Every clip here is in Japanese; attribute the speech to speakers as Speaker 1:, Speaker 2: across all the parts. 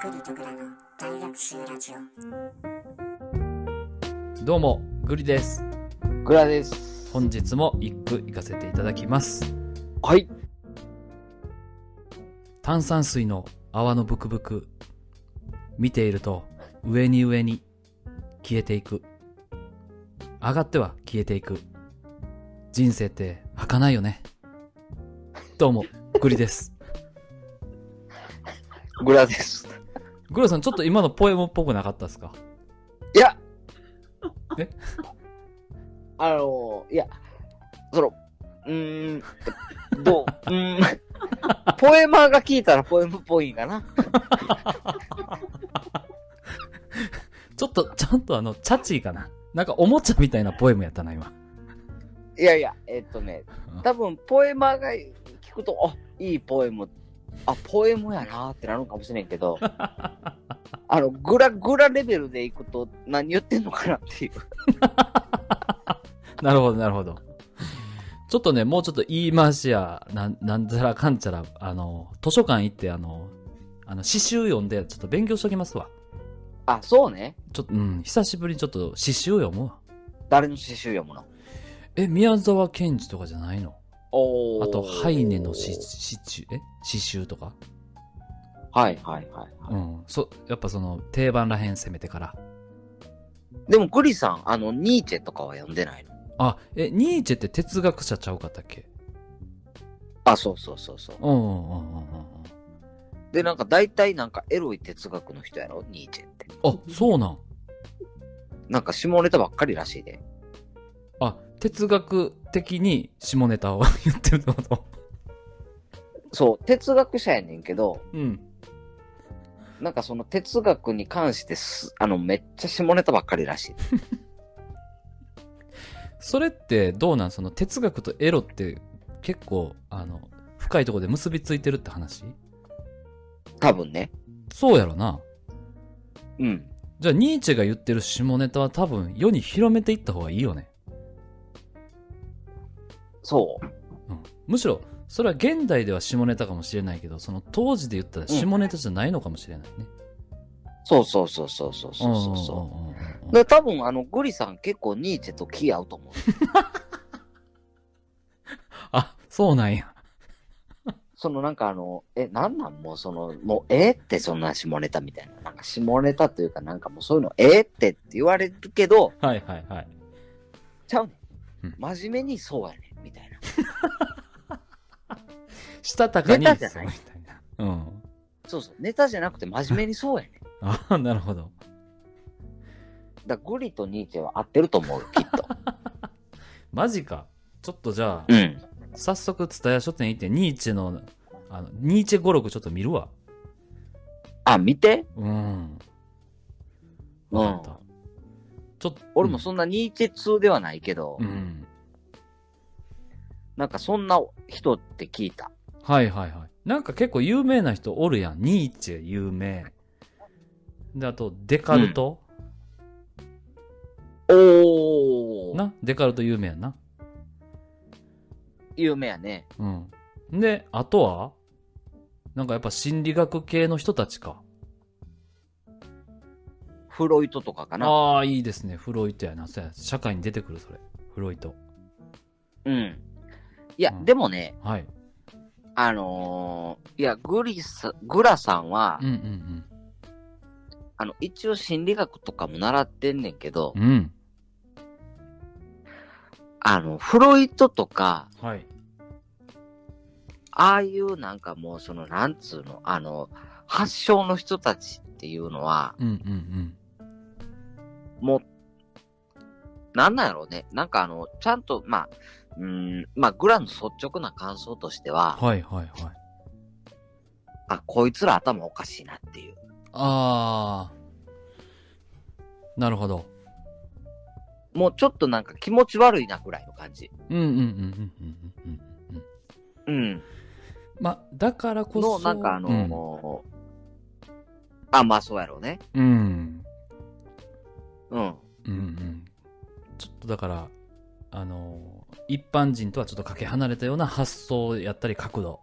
Speaker 1: くりとぐらの大学習ラジオ
Speaker 2: どうも、グリです。
Speaker 3: グラです。
Speaker 2: 本日も一句行かせていただきます。
Speaker 3: はい。
Speaker 2: 炭酸水の泡のブクブク。見ていると、上に上に消えていく。上がっては消えていく。人生って儚いよね。どうも、グリです。
Speaker 3: グラです。
Speaker 2: グロさん、ちょっと今のポエムっぽくなかったですか
Speaker 3: いや
Speaker 2: え
Speaker 3: あのいや、その、うーん、どう、うーん、ポエマーが聞いたらポエムっぽいんかな。
Speaker 2: ちょっと、ちゃんとあの、チャチーかな。なんかおもちゃみたいなポエムやったな、今。
Speaker 3: いやいや、えっとね、多分ポエマーが聞くと、あ、いいポエム、あ、ポエムやなーってなるかもしれんけど、あの、グラグラレベルでいくと何言ってんのかなっていう。
Speaker 2: なるほど、なるほど。ちょっとね、もうちょっと言い回しや、なん、なんちゃらかんちゃら、あの、図書館行って、あの、あの、詩集読んで、ちょっと勉強しときますわ。
Speaker 3: あ、そうね。
Speaker 2: ちょっと、うん、久しぶりにちょっと詩集読むわ。
Speaker 3: 誰の詩集読むの
Speaker 2: え、宮沢賢治とかじゃないの
Speaker 3: お
Speaker 2: あ
Speaker 3: ー
Speaker 2: と、ハイネの詩、詩集、え詩集とか
Speaker 3: はいはいはい、はい。
Speaker 2: うん。そ、やっぱその、定番らへん攻めてから。
Speaker 3: でも、グリさん、あの、ニーチェとかは読んでないの
Speaker 2: あ、え、ニーチェって哲学者ちゃうかったっけ
Speaker 3: あ、そうそうそうそう。
Speaker 2: うんうんうんうんうん。
Speaker 3: で、なんか大体なんかエロい哲学の人やろニーチェって。
Speaker 2: あ、そうなん。
Speaker 3: なんか下ネタばっかりらしいで。
Speaker 2: あ、哲学的に下ネタを 言ってるってこと
Speaker 3: そう、哲学者やねんけど、
Speaker 2: うん。
Speaker 3: なんかその哲学に関してす、あの、めっちゃ下ネタばっかりらしい。
Speaker 2: それってどうなんその哲学とエロって結構、あの、深いところで結びついてるって話
Speaker 3: 多分ね。
Speaker 2: そうやろな。
Speaker 3: うん。
Speaker 2: じゃあ、ニーチェが言ってる下ネタは多分世に広めていった方がいいよね。
Speaker 3: そう。
Speaker 2: うん。むしろ、それは現代では下ネタかもしれないけど、その当時で言ったら下ネタじゃないのかもしれないね。
Speaker 3: そうそうそうそうそうそうそうそ
Speaker 2: うんうんうんうんうん
Speaker 3: う。で、多分あの、グリさん結構ニーチェと気合うと思う。
Speaker 2: あ、そうなんや。
Speaker 3: そのなんかあの、え、なんなんもうその、もうええってそんな下ネタみたいな。なんか下ネタというかなんかもうそういうのええってって言われるけど、
Speaker 2: はいはいはい。
Speaker 3: ちゃうね
Speaker 2: うんん。
Speaker 3: 真面目にそうやねん、みたいな。
Speaker 2: したたかに、
Speaker 3: ネタじゃない
Speaker 2: そうみたいな。うん。
Speaker 3: そうそう。ネタじゃなくて真面目にそう やねん。
Speaker 2: あ、なるほど。
Speaker 3: だからグリとニーチェは合ってると思 うよ、きっと。
Speaker 2: マジか。ちょっとじゃあ、
Speaker 3: うん。
Speaker 2: 早速、蔦屋書店行って、ニーチェの、あの、ニーチェ語録ちょっと見るわ。
Speaker 3: あ、見て。
Speaker 2: うん。
Speaker 3: うん
Speaker 2: わかった。ちょっと、
Speaker 3: 俺もそんなニーチェ通ではないけど、
Speaker 2: うん、うん。
Speaker 3: なんかそんな人って聞いた。
Speaker 2: はいはいはい。なんか結構有名な人おるやん。ニーチェ有名。で、あと、デカルト、
Speaker 3: おー。
Speaker 2: な。デカルト有名やんな。
Speaker 3: 有名やね。
Speaker 2: うん。で、あとはなんかやっぱ心理学系の人たちか。
Speaker 3: フロイトとかかな。
Speaker 2: ああー、いいですね。フロイトやな。そうや。社会に出てくる、それ。フロイト。
Speaker 3: うん。いや、
Speaker 2: うん
Speaker 3: でもね、
Speaker 2: はい。
Speaker 3: あのー、いや、グリさ、グラさんは、
Speaker 2: うんうん
Speaker 3: あの、一応心理学とかも習ってんねんけど、
Speaker 2: うん。うん。
Speaker 3: あの、フロイトとか、
Speaker 2: はい。
Speaker 3: ああいうなんかもうその、なんつうの、あの、発症の人たちっていうのは、
Speaker 2: うんうんうん。
Speaker 3: もう、なんなんやろうね。なんかあの、ちゃんと、まあ、うーん、まあ、グラの率直な感想としては、
Speaker 2: はいはいはい。
Speaker 3: あ、こいつら頭おかしいなっていう。
Speaker 2: あー。なるほど。
Speaker 3: もうちょっとなんか気持ち悪いなぐらいの感じ。
Speaker 2: うんうんうんうんうんうんうん。
Speaker 3: うん。
Speaker 2: ま、だからこそ。
Speaker 3: の、なんかあのもうあ、まあそうやろうね。
Speaker 2: うん、うん。
Speaker 3: うん。
Speaker 2: うんうん。ちょっとだから、あのー、一般人とはちょっとかけ離れたような発想やったり角度。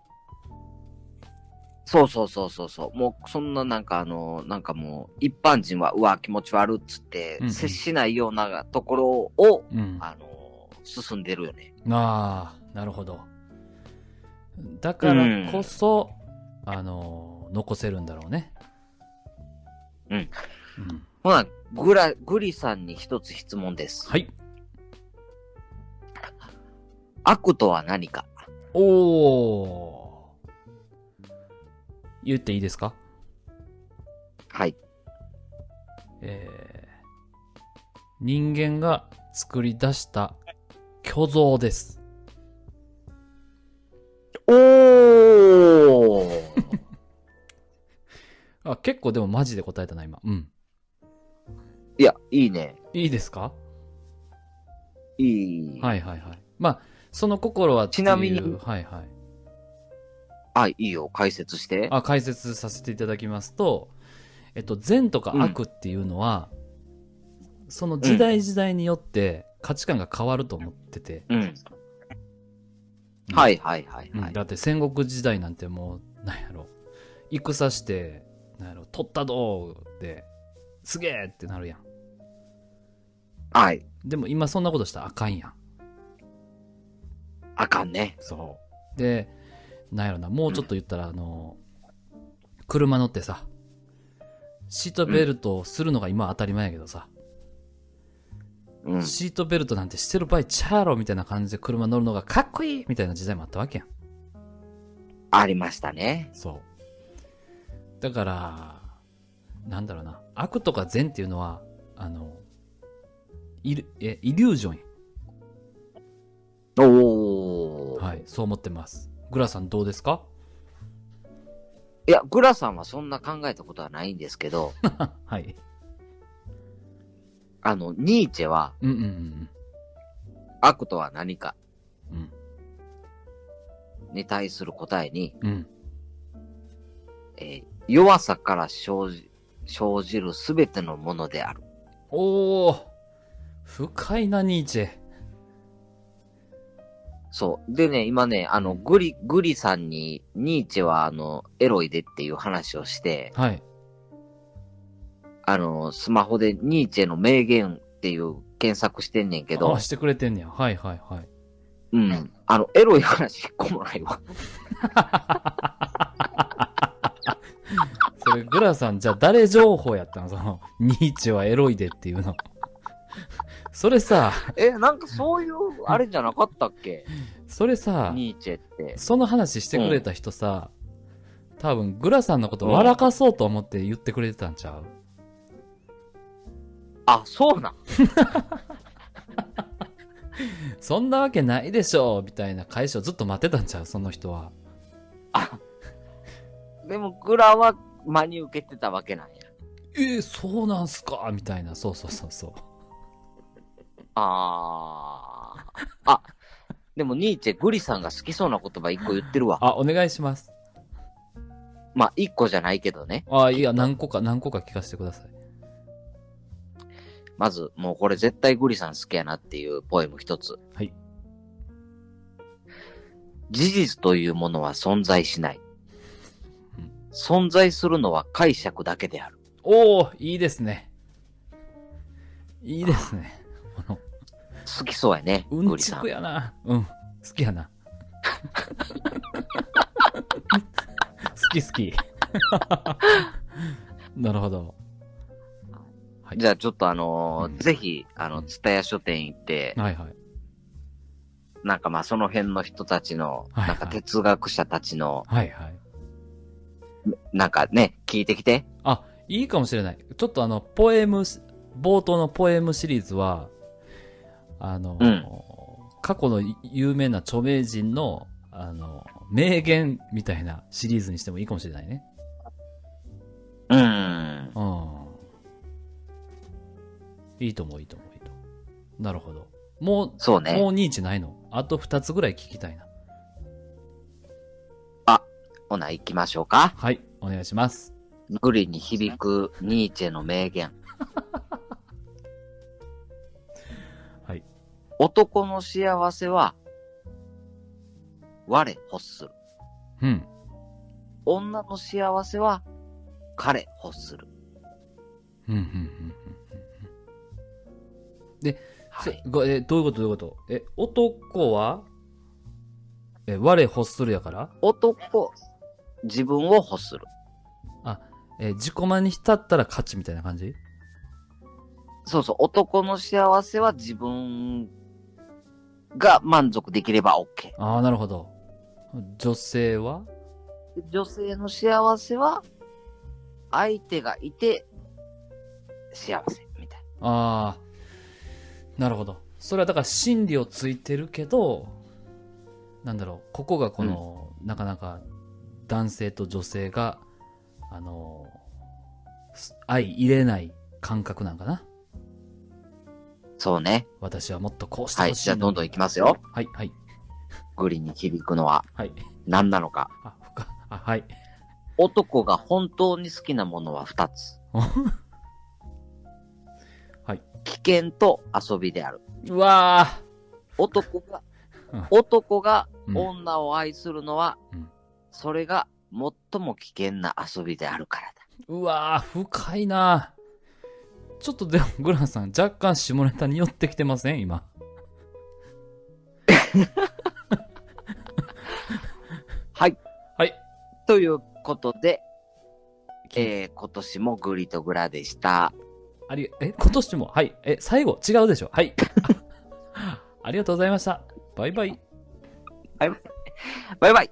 Speaker 3: そうそうそうそうそう。もうそんななんかあの、なんかもう一般人はうわ、気持ち悪っつって、
Speaker 2: うんうん
Speaker 3: 接しないようなところを、
Speaker 2: うん。
Speaker 3: あの、進んでるよね。
Speaker 2: ああ、なるほど。だからこそ、あの、残せるんだろうね。
Speaker 3: うん
Speaker 2: ん
Speaker 3: ほな、グラ、グリさんに一つ質問です。
Speaker 2: はい。
Speaker 3: 悪とは何か
Speaker 2: おお。言っていいですか
Speaker 3: はい。
Speaker 2: えー人間が作り出した虚像です。
Speaker 3: おー
Speaker 2: あ、結構でもマジで答えたな、今。うん。
Speaker 3: いや、いいね。
Speaker 2: いいですか
Speaker 3: いい。
Speaker 2: はいはいはい。まあ、その心はっていう
Speaker 3: ちなみに
Speaker 2: はいはい。
Speaker 3: あ、いいよ。解説して。
Speaker 2: あ解説させていただきますと、えっと、善とか悪っていうのは、その時代時代によって価値観が変わると思ってて、
Speaker 3: うん。
Speaker 2: うん
Speaker 3: はいはいはい
Speaker 2: うん
Speaker 3: はい。
Speaker 2: だって戦国時代なんてもうなんやろ戦してなんやろ取ったどうですげえってなるやん
Speaker 3: はい。
Speaker 2: でも今そんなことしたらあかんやん
Speaker 3: あかんね。
Speaker 2: そうでなんやろなもうちょっと言ったら、あの車乗ってさシートベルトをするのが今当たり前やけどさ、
Speaker 3: うん。
Speaker 2: シートベルトなんてしてる場合ちゃうやろみたいな感じで車乗るのがかっこいいみたいな時代もあったわけやん。
Speaker 3: ありましたね。
Speaker 2: そう。だから、なんだろうな。悪とか善っていうのは、あの、イルえイリュージョンや
Speaker 3: おー。
Speaker 2: はい、そう思ってます。グラさんどうですか
Speaker 3: いや、グラさんはそんな考えたことはないんですけ ど、
Speaker 2: はい。
Speaker 3: あの、ニーチェは
Speaker 2: うんうん
Speaker 3: 悪とは何か
Speaker 2: うんうん。
Speaker 3: に対する答えに、
Speaker 2: うん。うん。
Speaker 3: えー弱さから生じ生じるすべてのものである。
Speaker 2: おー深いな、ニーチェ。
Speaker 3: そう。でね、今ね、あの、グリ、グリさんに、ニーチェはあの、エロいでっていう話をして、
Speaker 2: はい。
Speaker 3: あの、スマホでニーチェの名言っていう検索してんねんけど
Speaker 2: あ、、してくれてんねや。はいはいはい。
Speaker 3: うん。あの、エロい話一個もないわ。
Speaker 2: それ、グラさん、じゃあ誰情報やったのその、ニーチェはエロいでっていうの。それさ、
Speaker 3: え、なんかそういう、あれじゃなかったっけ
Speaker 2: それさ、
Speaker 3: ニーチェって。
Speaker 2: その話してくれた人さ、多分グラさんのこと笑かそうと思って言ってくれてたんちゃう、
Speaker 3: あ、そうなん。
Speaker 2: そんなわけないでしょみたいな返しをずっと待ってたんちゃうその人は。
Speaker 3: でも、グラは真に受けてたわけなんや。
Speaker 2: えー、そうなんすかみたいな。そうそうそうそう。
Speaker 3: あー。あ、でもニーチェ、グリさんが好きそうな言葉一個言ってるわ。
Speaker 2: あ、お願いします。
Speaker 3: まあ、一個じゃないけどね。
Speaker 2: あ、いや、何個か、何個か聞かせてください。
Speaker 3: まず、もうこれ絶対グリさん好きやなっていうポエム一つ。
Speaker 2: はい。
Speaker 3: 事実というものは存在しない
Speaker 2: うん。
Speaker 3: 存在するのは解釈だけである。
Speaker 2: おー、いいですね。いいですね。この、
Speaker 3: 好きそうやね、
Speaker 2: う
Speaker 3: グ
Speaker 2: ん
Speaker 3: リ
Speaker 2: ち
Speaker 3: さん
Speaker 2: く。やな。うん、好きやな。好き好き。 なるほど。はい
Speaker 3: じゃあちょっとあのー
Speaker 2: うん
Speaker 3: ぜひ、あ
Speaker 2: う
Speaker 3: の、
Speaker 2: ん
Speaker 3: ツタヤ書店行って、
Speaker 2: はいはい。
Speaker 3: なんかまあその辺の人たちの、
Speaker 2: はいはい
Speaker 3: なんか哲学者たちの、
Speaker 2: はいはい。
Speaker 3: なんかね、聞いてきて。
Speaker 2: あ、いいかもしれない。ちょっとあの、ポエムし、冒頭のポエムシリーズは、あの、
Speaker 3: うん
Speaker 2: 過去の有名な著名人の、あの、名言みたいなシリーズにしてもいいかもしれないね。
Speaker 3: うーん。
Speaker 2: うん。いいと思う、いいと思う、いいと思う。なるほど。もう、
Speaker 3: そうね
Speaker 2: も。うニーチないのあと2つぐらい聞きたいな。
Speaker 3: ほな、行きましょうか。
Speaker 2: はい、お願いします。
Speaker 3: グリに響くニーチェの名言。
Speaker 2: はい。
Speaker 3: 男の幸せは、我欲する。
Speaker 2: うん。
Speaker 3: 女の幸せは彼欲する。
Speaker 2: うんうんうん
Speaker 3: は
Speaker 2: そ
Speaker 3: い。
Speaker 2: ごえどういうことどういうことえ男はえ我欲するやから
Speaker 3: 男、自分を欲する。
Speaker 2: え自己満に浸ったら勝ちみたいな感じ
Speaker 3: そうそう、男の幸せは自分が満足できれば OK。
Speaker 2: ああなるほど女性は
Speaker 3: 女性の幸せは相手がいて幸せみたい
Speaker 2: ああなるほどそれはだから心理をついてるけどなんだろうここがこの、なかなか男性と女性があのす相入れない感覚なんかな
Speaker 3: な。そうね。
Speaker 2: 私はもっとこうして
Speaker 3: は
Speaker 2: ほ
Speaker 3: い。
Speaker 2: しい
Speaker 3: じゃあどんどん
Speaker 2: い
Speaker 3: いきますよ。
Speaker 2: はいはい
Speaker 3: グリに響くのは
Speaker 2: はい
Speaker 3: 何なのか。
Speaker 2: あ深あはい
Speaker 3: 男が本当に好きなものは2つ。
Speaker 2: はい。
Speaker 3: 危険と遊びである。
Speaker 2: うわあ
Speaker 3: 男が
Speaker 2: うん、
Speaker 3: 男が
Speaker 2: うん
Speaker 3: 女を愛するのは、
Speaker 2: うん
Speaker 3: それが最も危険な遊びであるからだ。
Speaker 2: うわあ深いなちょっとでもグランさん若干下ネタに寄ってきてません今
Speaker 3: はい。
Speaker 2: はい
Speaker 3: ということで、えー、今年もグリとグラでした。
Speaker 2: あり、え、今年も、はい、え、最後、違うでしょ、はい。ありがとうございました。バイバイ。
Speaker 3: バイバイ